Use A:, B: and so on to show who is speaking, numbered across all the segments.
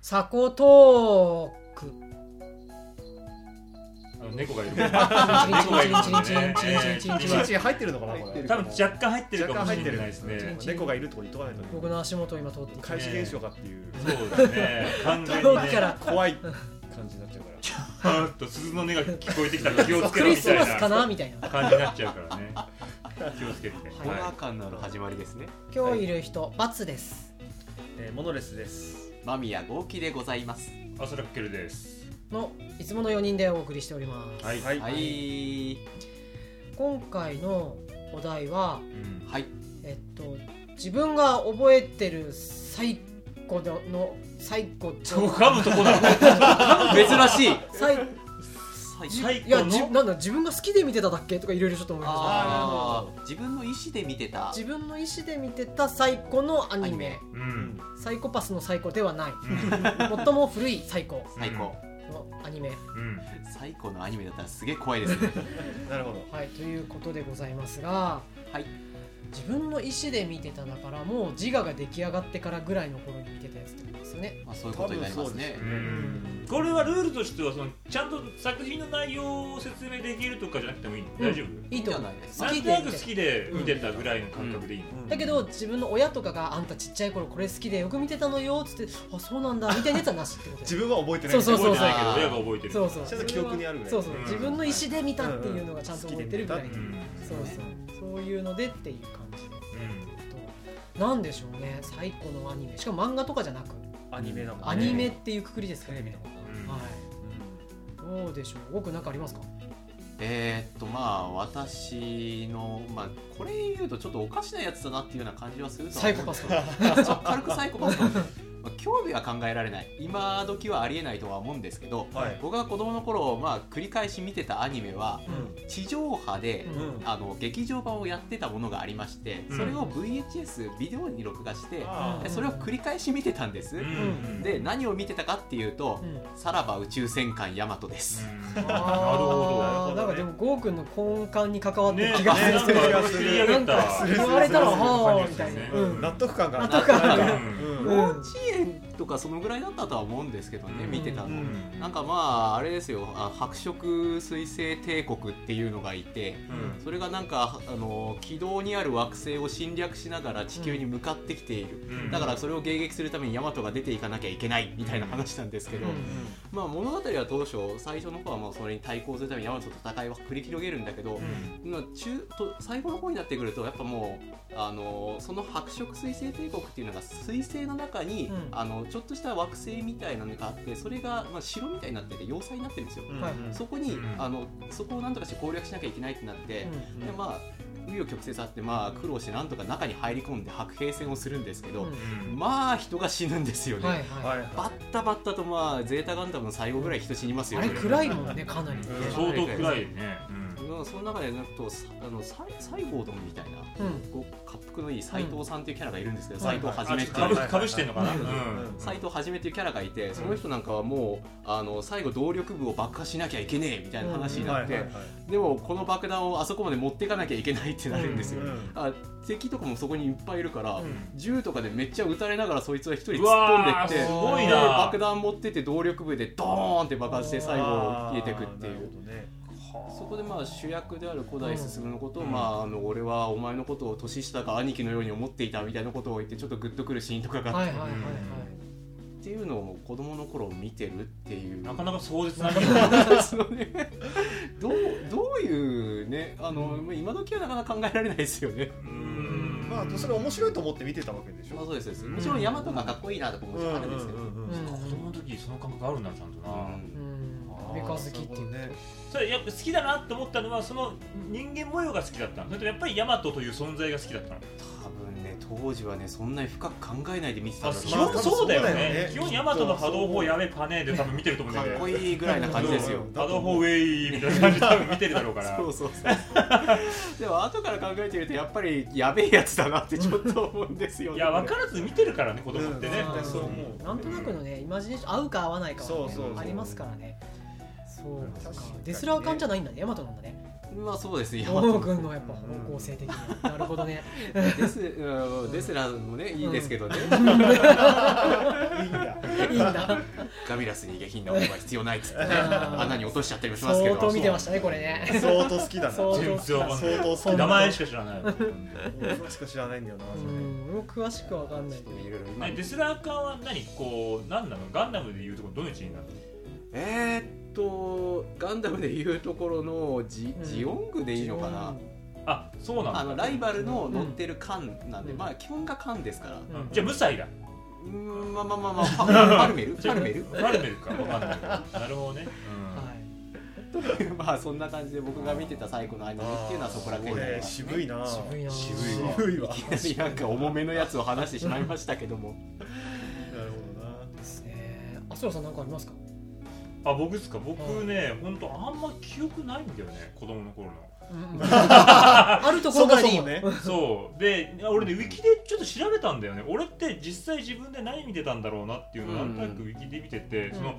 A: サコトーク。
B: あの猫がいる。
C: いちいち入ってるのかなこ
D: 入って
C: れ
D: る
B: 多分若干入ってるか
C: 若
B: も
C: 干入
B: し
C: って
B: れ
C: る
B: ないですね。
C: 猫がいるとこに言っとかないと
A: 僕の足元を今通っていき
C: 怪事現象かっていう
B: そうですね。完全に
A: 遠くか
B: ね。
A: ら。
C: 怖い感じになっちゃうから
B: パーッと鈴の音が聞こえてきたら気をつけ
A: ク
B: ろ
A: リ
B: み
A: ス
B: た
A: マスか
B: い
A: なみたいな
B: な。感じになっちゃうからね。気をつけて。
D: ホラ
B: は
D: ー感のある始まりですね
A: 今日いる人、バツです。
C: えーモノレスです
D: 間宮豪輝でございます
B: い。アスラッケルです。
A: の、いつもの4人でお送りしております。
B: はい。
C: はい
D: はい
A: 今回のお題は、
B: うん
D: はい
A: えっと、自分が覚えてる最古のの、最古
B: そこ噛むとこだ。
D: 珍しい
A: 最じ
B: 最
A: いや
B: 古
A: じ
B: の。
A: なんだ自分が好きで見てただっけとかいろいろちょっと思いました
D: あー自分の意思で見てた
A: 自分の意思で見てた最古のアニメ
D: アニメ
B: う
C: うんん。
A: サイコパスの最古ではない
B: うん
A: 最も古い最古
D: 最高
A: のアニメ
B: うん。
D: 最高のアニメだったらすげえ怖い ですね
C: なるほど
A: はいということでございますが
D: はい
A: 自分の意思で見てただからもう自我が出来上がってからぐらいの頃に見てたやつってことですよね
D: まあそういうことになりますね
B: うんこれはルールとしてはそのちゃんと作品の内容を説明できるとかじゃなくてもいいの、大
A: いいと
B: 丈夫
A: 思う
D: いいんじゃないです
A: 好
B: な
A: き
B: ん
A: で
B: となく
A: 見
B: 好
A: て
B: きで見てたぐらいの感覚でいいの、
A: だけど自分の親とかがあんたちっちゃい頃これ好きでよく見てたのよっつってあそうなんだみたいなやつはなしってこと
C: 自
A: で
C: 分は覚えてない
A: そうそうそう
B: 覚えてないけど親が覚えてる
A: そうそう
C: ちょっと記憶にあるぐらい
A: そうそう
B: うん
A: 自分の意思で見たっていうのがちゃんと覚えてるぐらい
C: うん
B: うん
A: そうそうそういうのでっていう感じで
B: うん
A: となんでしょうね最古のアニメしかも漫画とかじゃなく
C: アニメなの
A: アニメっていうくくりですからね
B: うん
A: はいどうでしょう僕なんかありますか
D: えー、っとまあ私のまあこれ言うとちょっとおかしなやつだなっていうような感じはするとは
A: サ
D: 思
A: イ
D: う
A: コパスとか
D: ちょっと 軽くサイコパスかもしれないまあ興味は考えられない今時はありえないとは思うんですけど、
C: はい
D: 僕が子供の頃、まあ、繰り返し見てたアニメは
C: うん
D: 地上波で、
A: うん
C: うん
D: あの劇場版をやってたものがありましてそれを VHS ビデオに録画して、
C: あ
D: でそれを繰り返し見てたんです、
B: うん
D: で何を見てたかっていうと
A: うん
D: 「さらば宇宙戦艦ヤマト」です、
B: うんなる
A: あーな
B: ほ
C: なるほどね
A: んかでもゴーくんの根幹に関わ
B: ど
A: ってる
B: ね
A: 気
B: え
A: が
B: な
A: する
B: んか
C: す
B: 釣
C: る
B: り上げた
C: する
A: 言われたら
C: する
A: はあみた いな
B: う
A: うんん
C: 納得感が
A: 納 得感
C: ある
B: が
C: うん
A: うん
D: 幼稚園とかそのぐらいだったとは思うんですけどね、
B: うん
D: 見てたの、
C: うん
D: なんかまああれですよあ白色彗星帝国っていうのがいてそれがなんかあの軌道にある惑星を侵略しながら地球に向かってきている、
B: うん
D: だからそれを迎撃するためにヤマトが出ていかなきゃいけないみたいな話なんですけど、
A: うん
D: まあ物語は当初最初の方はまあそれに対抗するためにヤマトと戦いは繰り広げるんだけど、まあ中と最後の方になってくるとやっぱもう、あのーその白色彗星帝国っていうのが彗星の中に、
A: うん
D: あのちょっとした惑星みたいなのがあってそれが、まあ、城みたいになってて要塞になってるんですよ、
C: うん
A: はい
C: うん
D: そこに、
B: うん
D: あのそこをなんとかして攻略しなきゃいけないってなって、でまあ紆余曲折あって、まあ、苦労してなんとか中に入り込んで白兵戦をするんですけど、
A: うん
D: まあ人が死ぬんですよね、
A: はい
C: は
A: はいい
D: バッタバッタとまあゼータガンダムの最後ぐらい人死にますよ
A: あれ
D: こ
A: 暗いもんねかなり
C: うん
B: 相当暗いね
D: うんその中でなんかとさあのサイサイゴードンみたいな
A: うん
D: こう滑覆のいい斎藤さんっていうキャラがいるんですけど、
A: うん
D: 斎藤
C: はい
D: はじめってい
B: あちょっと
D: う
B: 被被してんのかな
C: う
B: うん
D: 斎藤はじめっていうキャラがいてその人なんかはもうあの最後動力部を爆破しなきゃいけねえみたいな話に
C: は
D: ないっ
C: はいは
D: て
C: い
D: でもこの爆弾をあそこまで持っていかなきゃいけないってなるんですよ
C: うんうん
D: あ敵とかもそこにいっぱいいるから
A: うん
D: 銃とかでめっちゃ撃たれながらそいつは一人突っ
B: うわ
D: 込んでって
B: ーすごい
D: で
B: な
D: 爆弾持ってって動力部でドーンって爆発して最後消えてくってい
C: あーなる
D: う
C: ほどね
D: そこでまあ主役である古代進のことを、
B: うん
D: まあ、あの俺はお前のことを年下か兄貴のように思っていたみたいなことを言ってちょっとグッとくるシーンとかがあ
A: は
D: っ
A: い
D: て、
A: はいはいはい
D: っていうのを子供の頃見てるっていう
B: なかなか壮絶なアニメだね
D: そのねどうどういうねあの、まあ今時はなかなか考えられないですよね。
B: うん
C: まあそれ面白いと思って見てたわけでし
D: まあ
C: ょ
D: そうですそうですもちろんヤマトがかっこいいなとかもちろんあるんですけど、
C: うんうんうんうん
B: 子供の時その感覚あるなちゃんと
A: う
B: な
A: んうん三日月っていうね
B: それやっぱ好きだなって思ったのはその人間模様が好きだったのそれともやっぱりヤマトという存在が好きだったの
D: 多分ね当時はねそんなに深く考えないで見てたんだろう
B: 基
D: な
C: まあ
B: 本そうだよね,、
C: そうだよね
B: 基本ヤマトの波動砲やべパネーで多分見てると思うん
D: か
B: だ
D: っ
B: けど
D: こいいぐらいな感じですよ。
B: 波動砲ウェイみたいな感じで多分見てるだろうから
D: そうそうそうでも後から考えてみるとやっぱりやべえやつだなってちょっと思うんですよね
B: いや分からず見てるからね子供ってね、
C: う
A: 絶
C: ん
A: 対そう
C: 思う
A: なんとなくのねイマジネーション合うか合わないかはね
C: そうそうそう
A: ありますからねそう
C: 確かに
A: デスラー感じゃないんだねヤマトなんだね
D: まあそうですよ
A: 大野君のやっぱ方向性的になるほどね
D: デスうんデスラーもねいいですけどね、
C: いいんだ
A: いいんだ
D: ガビラスに下品なものは必要ないっつってね
A: あー
D: 穴に落としちゃったりもしますけど
A: 相当見てましたねこれね
C: 相当好きだな
A: そう
C: 俺
B: 全然わかんない
C: 相当好きだ
B: 名前しか知らない
C: それしか知らないんだよな
A: う
C: それ
A: ん俺も詳しくわかんないけど
D: いろいろ今
B: ねデスラーカーは何こう何なのガンダムでいうとこどの位置になるの
D: えーっとガンダムでいうところのジ,、
A: うん
D: ジオングでいいのかな、
B: あそうな
D: あ
B: んだ
D: のライバルの乗ってる艦なんで、
A: うん
D: まあ基本が艦ですから、
A: うん
B: じゃあ無才だ
D: うーん、まあまあまあまあファファルメルファルメル
B: ファルメルかわかんないけどなるほどね
A: は
D: まあそんな感じで僕が見てた最後のアニメっていうのはそこら辺になり
C: 俺
D: ます
C: 渋いない
A: 渋いな
B: 渋いわ
C: 渋いわ
D: いき なりなんか重めのやつを話してしまいましたけども
C: なるほどな
A: ですねあそらさん何かありますか
B: うんあ僕ですか僕ね本当あんま記憶ないんだよね子供の頃の
A: あるところ
C: そ
A: か
C: も
A: らでいい
C: そ
A: よ
C: もね
B: そうで俺ねウィキでちょっと調べたんだよね俺って実際自分で何見てたんだろうなっていうのをなんとなくウィキで見てて、
A: うん
B: その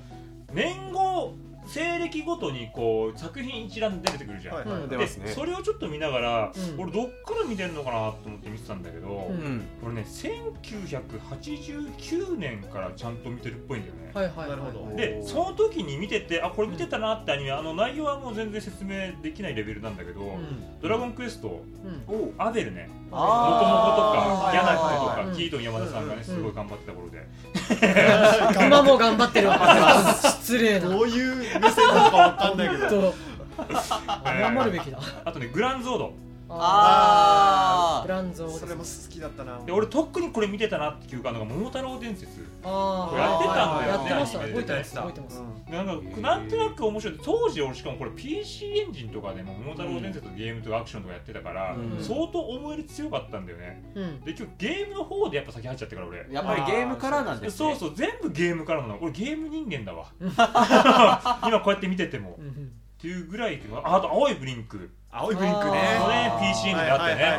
B: 年号西暦ごとにこう作品一覧で出てくるじゃん、
C: はい
A: うん
D: 出
B: で
D: ますね
B: それをちょっと見ながら、
A: うん
B: 俺どっから見てるのかなと思って見てたんだけど、
A: うん
D: うん
B: 俺ね1989年からちゃんと見てるっぽいんだよね、
A: はいはいはい
C: なるほど
B: で
D: おー
B: その時に見ててあこれ見てたなってアニメあの内容はもう全然説明できないレベルなんだけど「
A: うん
B: ドラゴンクエスト」
A: うん
D: お
B: アベルねもともととか
D: あー
B: ギャナッ
D: はいはい
A: は
B: クと
A: い
B: かキートン山田さんが
C: うん
B: ねすごい頑張ってた頃で
A: 今も頑張って るわ失礼な
C: どういう目線なのかわかんないけど
A: と謝るべきだ
B: あとねグランゾード
D: あ
A: ブ
D: ー
A: ランゾー
C: それも好きだったな
B: で俺とっくにこれ見てたなって記憶あるのが「桃太郎伝説
A: あー
B: やってたんだよね
A: やってました
B: アニ
A: 覚
B: メ
A: え
B: で
A: てます覚えてます
C: う」
B: なん
D: へー
B: かなんとなく面白い当時俺しかもこれ PC エンジンとかでも「桃太郎伝説」とゲームとかアクションとかやってたから、
D: うん
B: 相当思い入れ強かったんだよね
A: うん
B: で今日ゲームの方でやっぱ先入っちゃったから俺
D: やっぱりゲームからなんです
B: そう
D: ね
B: そう全部ゲームからなの俺ゲーム人間だわ今こうやって見てても
A: うん
B: っていうぐらいああと青いブリンク
C: 青いブリンク
B: こ
C: ね
A: あ
B: れ
A: ー
B: ね PC エンジンであってね、
C: はいは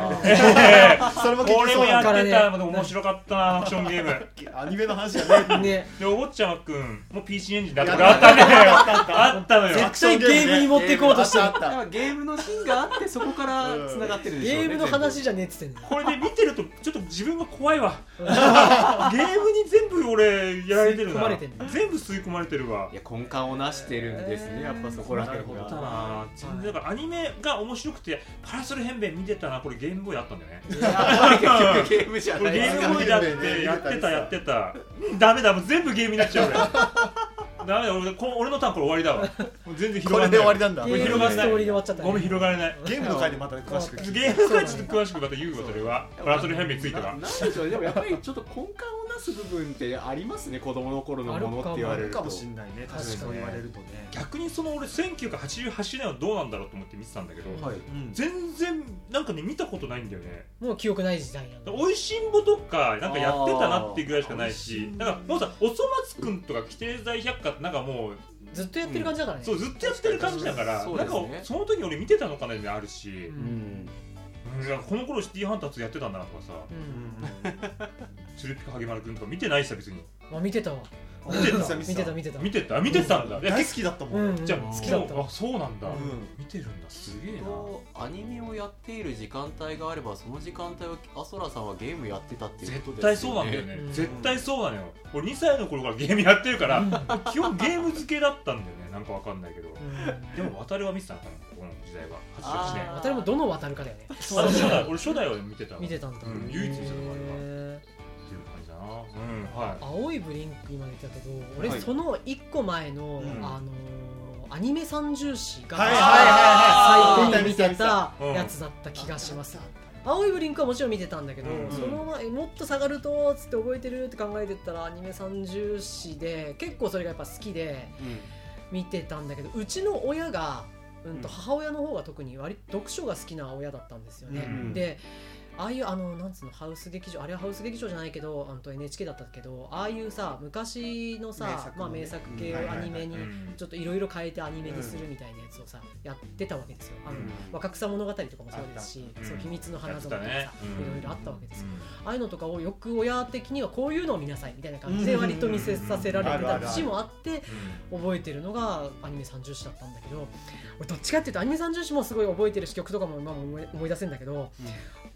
C: いはいそれも結
B: こ
C: 局
B: れ
C: そ
B: も
C: う
B: や
C: な
B: っ
C: ん
B: て
C: だ
B: た、
A: ね
B: でも面白かったなアクションゲー ム
C: アニメの話じゃない
A: うんね
B: でお坊ちゃまくんも PC エンジンだったからあったねあったのよ
A: 絶対ゲームに持ってこうとしてる
C: あったあ
D: や
C: っ
D: っぱゲームのシーンがあってそこからつながってるでしょう
A: ゲ
D: ね
A: ームの話じゃねえっつ ってんの
B: これで見てるとちょっと自分が怖いわゲームに全部俺やられて
A: 吸
B: る
A: い込
B: な
A: まれてんね
B: 全部吸い込まれてるわ
D: いや根幹をなしてるんですね、
A: えー
D: やっぱそこら辺
C: な
B: だった
D: が。
B: な全然だからアニメが面白くてパラソル変弁見てたなこれゲームボーイだったんだよね
D: いややっぱり結局ゲームじゃ
B: こ
D: な
B: れ
D: い
B: ゲ
D: です
B: ー
D: か
B: ムボーイだってやってたやってたダメだもう全部ゲームになっちゃう俺 ダメだ俺こ俺のターンこれ終わりだわもう全然
C: た
B: 広
C: こ
B: が
C: れ
B: ん
C: で
B: ない
C: 終わりなんだ
A: ゲームのストーリーで終わっちゃったね
B: ごめん広がれない
C: ゲームの回でまた詳しく聞いて
B: ゲームはちょっと詳しくまた言うわそれはパラソル変弁について
D: な
B: は
D: なんでしょうねでもやっぱりちょっと根幹をなす部分ってありますね子供の頃のものって言わ
C: あ
D: れ
C: る
D: ると
C: かもしんないね確かにそう言われるとね
B: 逆にその俺1988年はどうなんだろうと思って見てたんだけど、
D: はい
C: うん
B: 全然なんかね見たことないんだよね
A: もう記憶ない時代なんだ
B: おいしんぼとかなんかやってたなっていうぐらいしかないし
D: あー
B: なんかもうさおそ松くんとか規定財百科ってなんかもう
A: ずっとやってる感じだからね
B: そうずっとやってる感じだから
D: そう
B: な
D: で
B: ん
D: す
B: か
D: ね
B: その時俺見てたのかなみたいなのあるし
A: う、
D: うんん
B: うんいやこの頃シティハンター2やってたんだなとかさ
A: うん
B: 鶴ピカハゲマルくんとか見てないしさ別に
A: あ見てたわ
C: 見てた
A: 見てた見てた
B: 見てた見てたんだいや
C: 大好きだったもん
A: うん
C: う
A: うん
C: ん
B: じゃあ
D: うん
A: 好きだった
B: もうあそうなんだ、
A: うん
B: 見てるんだすげえな
D: こうアニメをやっている時間帯があればその時間帯はアソラさんはゲームやってたっていうこと
B: 絶
D: です
B: 対そ
D: よね
B: うなんだよね、
A: うん
B: 絶対そうなのよ俺2歳の頃からゲームやってるから基本ゲーム付けだったんだよねなんかわかんないけど、
A: うん
B: でも渡るは見てたのかなこの時代は88年
D: あ
A: 渡りもどの渡るかだよね
B: あ初代俺初代は見てたわ
A: 見てたんだ
B: うん唯一見てたのあれは
A: へ
B: っていう感じだなうんは
A: ー青いブリンク今出たけど俺
C: はい
A: その一個前の
C: うん
A: あのーアニメ三重視が
C: はいはい
A: 最
C: はいはい
A: 後に見て
C: 見た
A: た
B: 見た
A: やつだった気がします青いブリンクはもちろん見てたんだけど、
B: うん
A: その前もっと下がるとつって覚えてるって考えてったらアニメ三重視で結構それがやっぱ好きで見てたんだけどうちの親が、うん、と
C: うん
A: 母親の方が特に割と読書が好きな親だったんですよね。
C: うん
A: でああいうあのなんつうのハウス劇場あれはハウス劇場じゃないけどあの NHK だったけどああいうさ昔のさ
C: 名作のね
A: まあ、名作系
C: うん
A: を
C: は
A: ア
C: いはいはい
A: ニメに
B: うん
A: ちょっといろいろ変えてアニメにするみたいなやつをさやってたわけですよ。あの
D: うん
A: 若草物語とかもそうですし
B: あ
A: 「
B: った
A: そう
B: うん
A: 秘密の花園」とかさい
B: やってたねうん
A: ろいろあったわけですよ。ああいうのとかをよく親的にはこういうのを見なさいみたいな感じで割と見せさせられ
C: うん
A: て
C: あるある
A: た
C: ある
A: 節もあって覚えてるのがアニメ三重視だったんだけど俺どっちかっていうとアニメ三重視もすごい覚えてるし曲とかも今も思い思い出せるんだけど、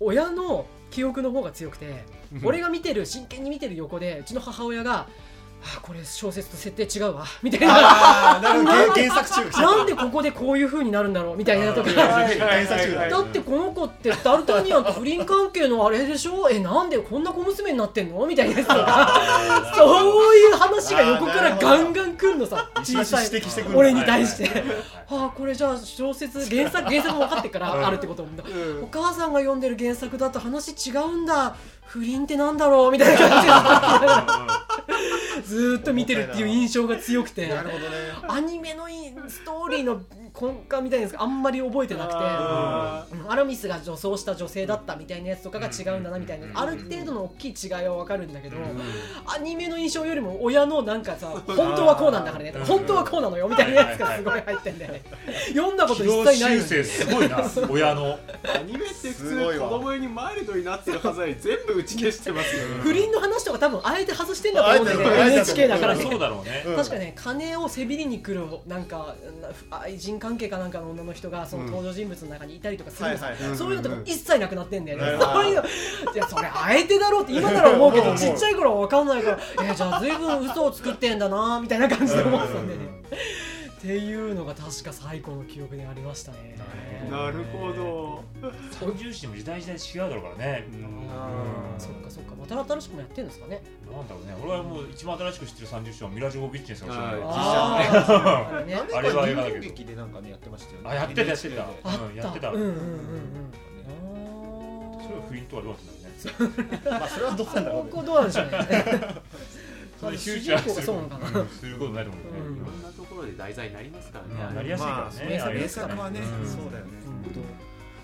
A: 親の記憶の方が強くて、俺が見てる真剣に見てる横でうちの母親が「はあこれ小説と設定違うわ」みたいな。
C: あーなるほど原原作 中
A: なんでここでこういう風になるんだろうみたいなとか
C: 原作中
A: だってこの子ってダルタニアンと不倫関係のあれでしょえなんでこんな小娘になってんのみたいなやつとかそういう話が横からガンガン来るのさ小さい
C: 指摘してくる
A: 俺に対して
B: はいはいはい
A: ああこれじゃあ小説原 作原作も分かってっからあるってこともお母さんが読んでる原作だと話違うんだ不倫ってなんだろうみたいな感じでずーっと見てるっていう印象が強くて
C: なるほどね
A: アニメのいいストーリーの根幹みたいなやつがあんまり覚えてなくて
C: あ
A: うんアラミスが女装した女性だったみたいなやつとかが違うんだなみたいな
B: うん
A: ある程度の大きい違いは分かるんだけど
B: うん
A: アニメの印象よりも親のなんかさ本当はこうなんだからねとか
B: うん
A: 本当はこうなのよみたいなやつがすごい入ってんだよね読んだこと
B: 軌
A: 一
B: 道
A: 切ない
B: 修
A: の
B: 正
A: に
B: すごいな親の
D: アニメって普
C: すごい
D: 通
C: わ
D: 子供にマイルドになってるはず なのに全部打ち消してますよね
A: 不倫の話とか多分あえて外してんだと思うんだよね
C: あえて
A: NHK だからね
B: そうだろうね
C: うん
A: 確かね金をせびりに来るなんかな愛人関係かなんかの女の人がその登場人物の中にいたりとかするんですよ
C: はいはいはい
A: そういうのとか一切なくなってんだよね、
C: うん
A: そういうのいやそれあえてだろうって今なら思うけ
C: うん
A: ど
C: うん
A: ちっちゃい頃は分かんないからえじゃあ随分嘘を作ってんだなみたいな感じで思ってたんでねっていうのが確か最高の記憶にありましたね
D: なるほど
B: 三重視も時代時代違うだろうからね
C: うん
A: そっかそっかまた新しくもやってるんですかね
B: なんだろうね俺はもう一番新しく知ってる三重視はミラジョボビッチですよ
D: はい
B: それ
A: あーあれね
B: あれは映画だけど
E: 日本劇でなんかねやってましたよね
B: あやってたやってた
E: や
A: あ
B: うんやっ
A: っててた
B: た
A: うんうんうんうん
B: それは不倫とはどうなんだろうね
C: まあそれはどうなんだろう
A: 高
C: ね
A: 校どうなんでしょうね。
B: それフュ
A: 主
B: ーチャ
A: 人公
B: ー
A: が
B: す
A: そうなのかな。
B: るすることないと思うけど
A: うん
D: い
B: ね
D: ろんなところで題材になりますからね、
B: まあなりやすい
C: ま
B: か
C: あ
B: ら
A: 名
B: ね
A: 作
B: あれ
C: 名
B: ですか
C: 作
B: ら
C: はね
B: ん
C: そうだよね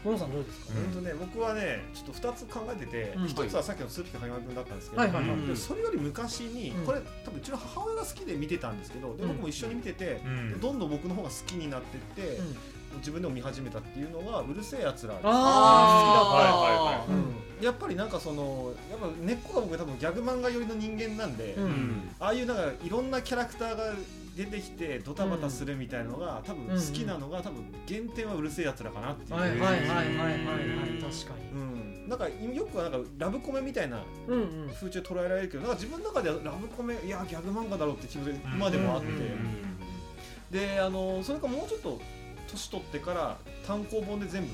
A: モノさんどうですか。
B: うん
C: 本当ね僕はねちょっと2つ考えてて
A: うん
C: 1つはさっきのスーピーかかまくんだったんですけど
A: はいはい
B: はい
C: うんでもそれより昔に
A: うん
C: これ多分うちの母親が好きで見てたんですけどで
A: うん
C: 僕も一緒に見てて
B: うん
C: でどんどん僕の方が好きになってって自分でも見始めたっていうのが「うるせえやつら」
B: あー好きだったはいはいはい
A: うん
C: やっぱりなんかそのやっぱ根っこが僕多分ギャグ漫画寄りの人間なんで、
A: うん
D: うん
C: ああいうなんかいろんなキャラクターが出てきてドタバタするみたいのが多分好きなのが多分原点はうるせえやつらかなっていう、
A: はいはいはいはいはいはい確か
C: うん、なんかよくはなんかラブコメみたいな
A: に。うんうん。
C: 風潮捉えられるけどなんか自分の中ではラブコメいやギャグ漫画だろうって気持ちが今でもあって、
A: うんうんうん
C: であのそれかもうちょっと年取ってから単行本で全部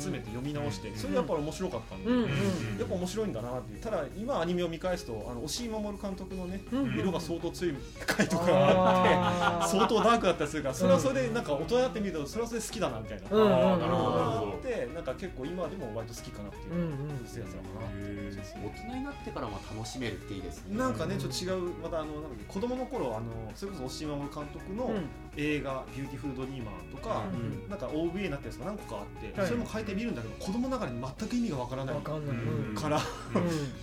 C: 集めて読み直して、
B: うん
C: それやっぱり面白かったんで、
A: うんうん
C: やっぱ面白いんだなっていうただ今アニメを見返すとあの押井守監督のね
A: うんうん
C: 色が相当強い回とかがあって
A: あー
C: 相当ダークだったりするからそれはそれでなんか大人になってみるとそれはそれで好きだなみたいな、
A: うんうんうん
B: あーなるほどなるほ
C: あ
B: ど
C: ってなんか結構今でも割と好きかなっていう、
A: うんうん。
C: そういうやつだか
B: へー
D: 大人になってからも楽しめるっていいですね
C: ななんかねちょっと違うまたあのなんだっけ子供の頃あのそれこそ押井守監督の映画「ビューティフルドリーマー」とか、
A: うん
C: なんか OVA になったやつが何個かあって、
A: はい
C: それも変えてみるんだけど子供ながらに全く意味がわからない
A: わかんない。
B: うん
C: から、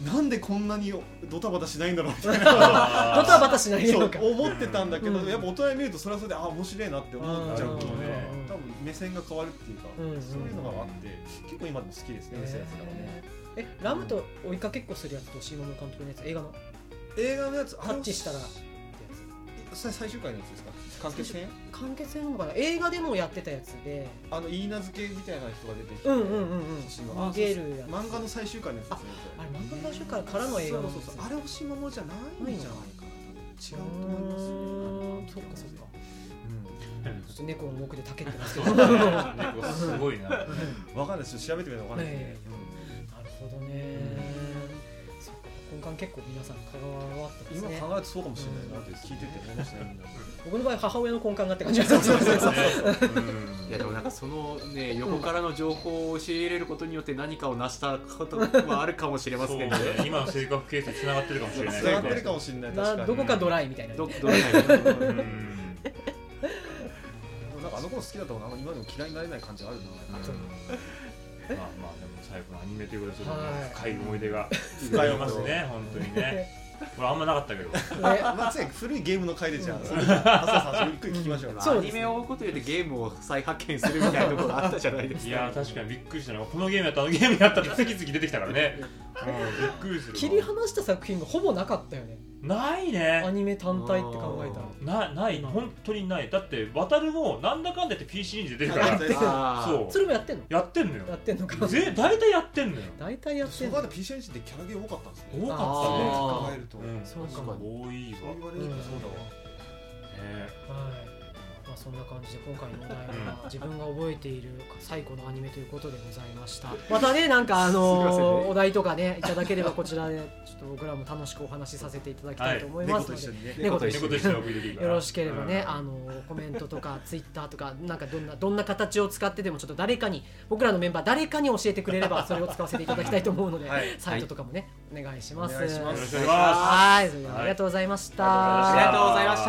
C: なんでこんなにドタバタしないんだろうみたいな
B: あー
A: バタバタしない
C: そ
A: の
C: う
A: か。
C: 思ってたんだけど、
A: うん
C: やっぱ大人に見るとそれはそれであ面白いなって思っちゃうと
B: うん
C: ね
A: うん
C: 多分目線が変わるっていうか、
A: うん
C: そういうのがあって結構今でも好きですね、そういうやつだからね
A: えラムと追いかけっこするやつとシーモン監督のやつ映画の
C: 映画のやつ
A: タッチしたらってやつ
C: それ最終回のやつですか完結編
A: 完結編なのかな映画でもやってたやつで
C: あのいいなずけみたいな人が出てきて、
A: うんうんうんうん
C: 星野あ
A: 逃げるやつ
C: そうそう漫画の最終回のやつですね
A: あれ漫画の最終回からの映画
C: そ
A: な
C: うん
A: で
C: そう
A: す
C: そ
A: よ
C: うあれ星野じゃないんじゃないかな多分違うと思いますね
A: うーんそっかそっかちょっと猫の目でたけってますけ どなる
B: そうだねすごいな
C: わかんないです調べてみないとわかんないですね
A: ね、ほどねそっか根幹結構皆さん関わってます
C: 今
A: ね
C: 考えるとそうかもしれないなって聞いてて思いましたねみんな
A: 僕の場合母親の根幹がって感じがします
B: うん
D: いやでもなんかそのね横からの情報を教え入れることによって何かを成したことはあるかもしれませ
B: そ
D: ん
B: う
D: け
B: ね
D: ど
B: 今の性格形成つながってるかもしれない
C: 繋がってるかもしれない確か
A: な
C: に
A: どこかドライみたいな
D: ど
A: ね
D: どれか
B: うん
D: に
C: なんかあの頃好きだったものあんま今でも嫌いになれない感じがあるな
A: そう
B: まあまあでも最後のアニメということでちょっと
A: はい
B: 深い思い出が
C: 深
B: 深
C: い
B: い
C: 思い出
B: ますね本当にねこれあんまなかったけど
A: ね
C: まあ、つい古いゲームの回でじゃあ、それじゃあ、朝さん、ゆっくり聞きましょう
D: ま
C: か。
A: そ
D: あア
A: うで
D: ニ
A: すね
D: メを追うことによってゲームを再発見するみたいなところあったじゃないですか
B: いやー確かにびっくりしたなこのゲームやったあのゲームやったって次々出てきたからね、うん、びっくりするわ
A: 切り離した作品がほぼなかったよね
B: ない
A: ア
B: ね
A: ニメ単体って考えたら
B: なない本当にないだって渡るもなんだかんだ言って PC に出てるから
C: に
D: あー
B: そう
A: それもやってんの
B: やってんのよ
A: やってんのか
B: ぜ大体やっ てんのよ
A: 大体やっ
C: そ
A: てん
C: こま
A: の
C: で PC エンジンってキャラゲー多かったんですね。
B: 多かっ
D: あー
C: 考えると。
B: たね、うん、
A: そうか
D: 確
A: も
D: かに
B: 多い
C: そう
B: わ
C: 言われるとそうだわ。
A: はい
B: ね
A: まあ、そんな感じで今回のお題は自分が覚えている最古のアニメということでございましたまたねなんかあ
D: すいません
A: の
D: ね
A: お題とかねいただければこちらでちょっと僕らも楽しくお話しさせていただきたいと思いま
C: 猫
A: す
C: と
A: ので、
C: 一緒にね。
A: 猫と一緒
B: 猫と一緒に送りできるから
A: よろしければね、
B: うん
A: あのコメントとか ツイッターとかなんかどんなどんな形を使ってでもちょっと誰かに僕らのメンバー誰かに教えてくれればそれを使わせていただきたいと思うので、
C: はい
A: サイトとかもねお願いします。
C: お願いし
B: よ
C: ま
B: ろ
C: す
B: しくお願いします
A: はい、それではありがとうございました。
B: ありがとうございました
D: ありがとうございまし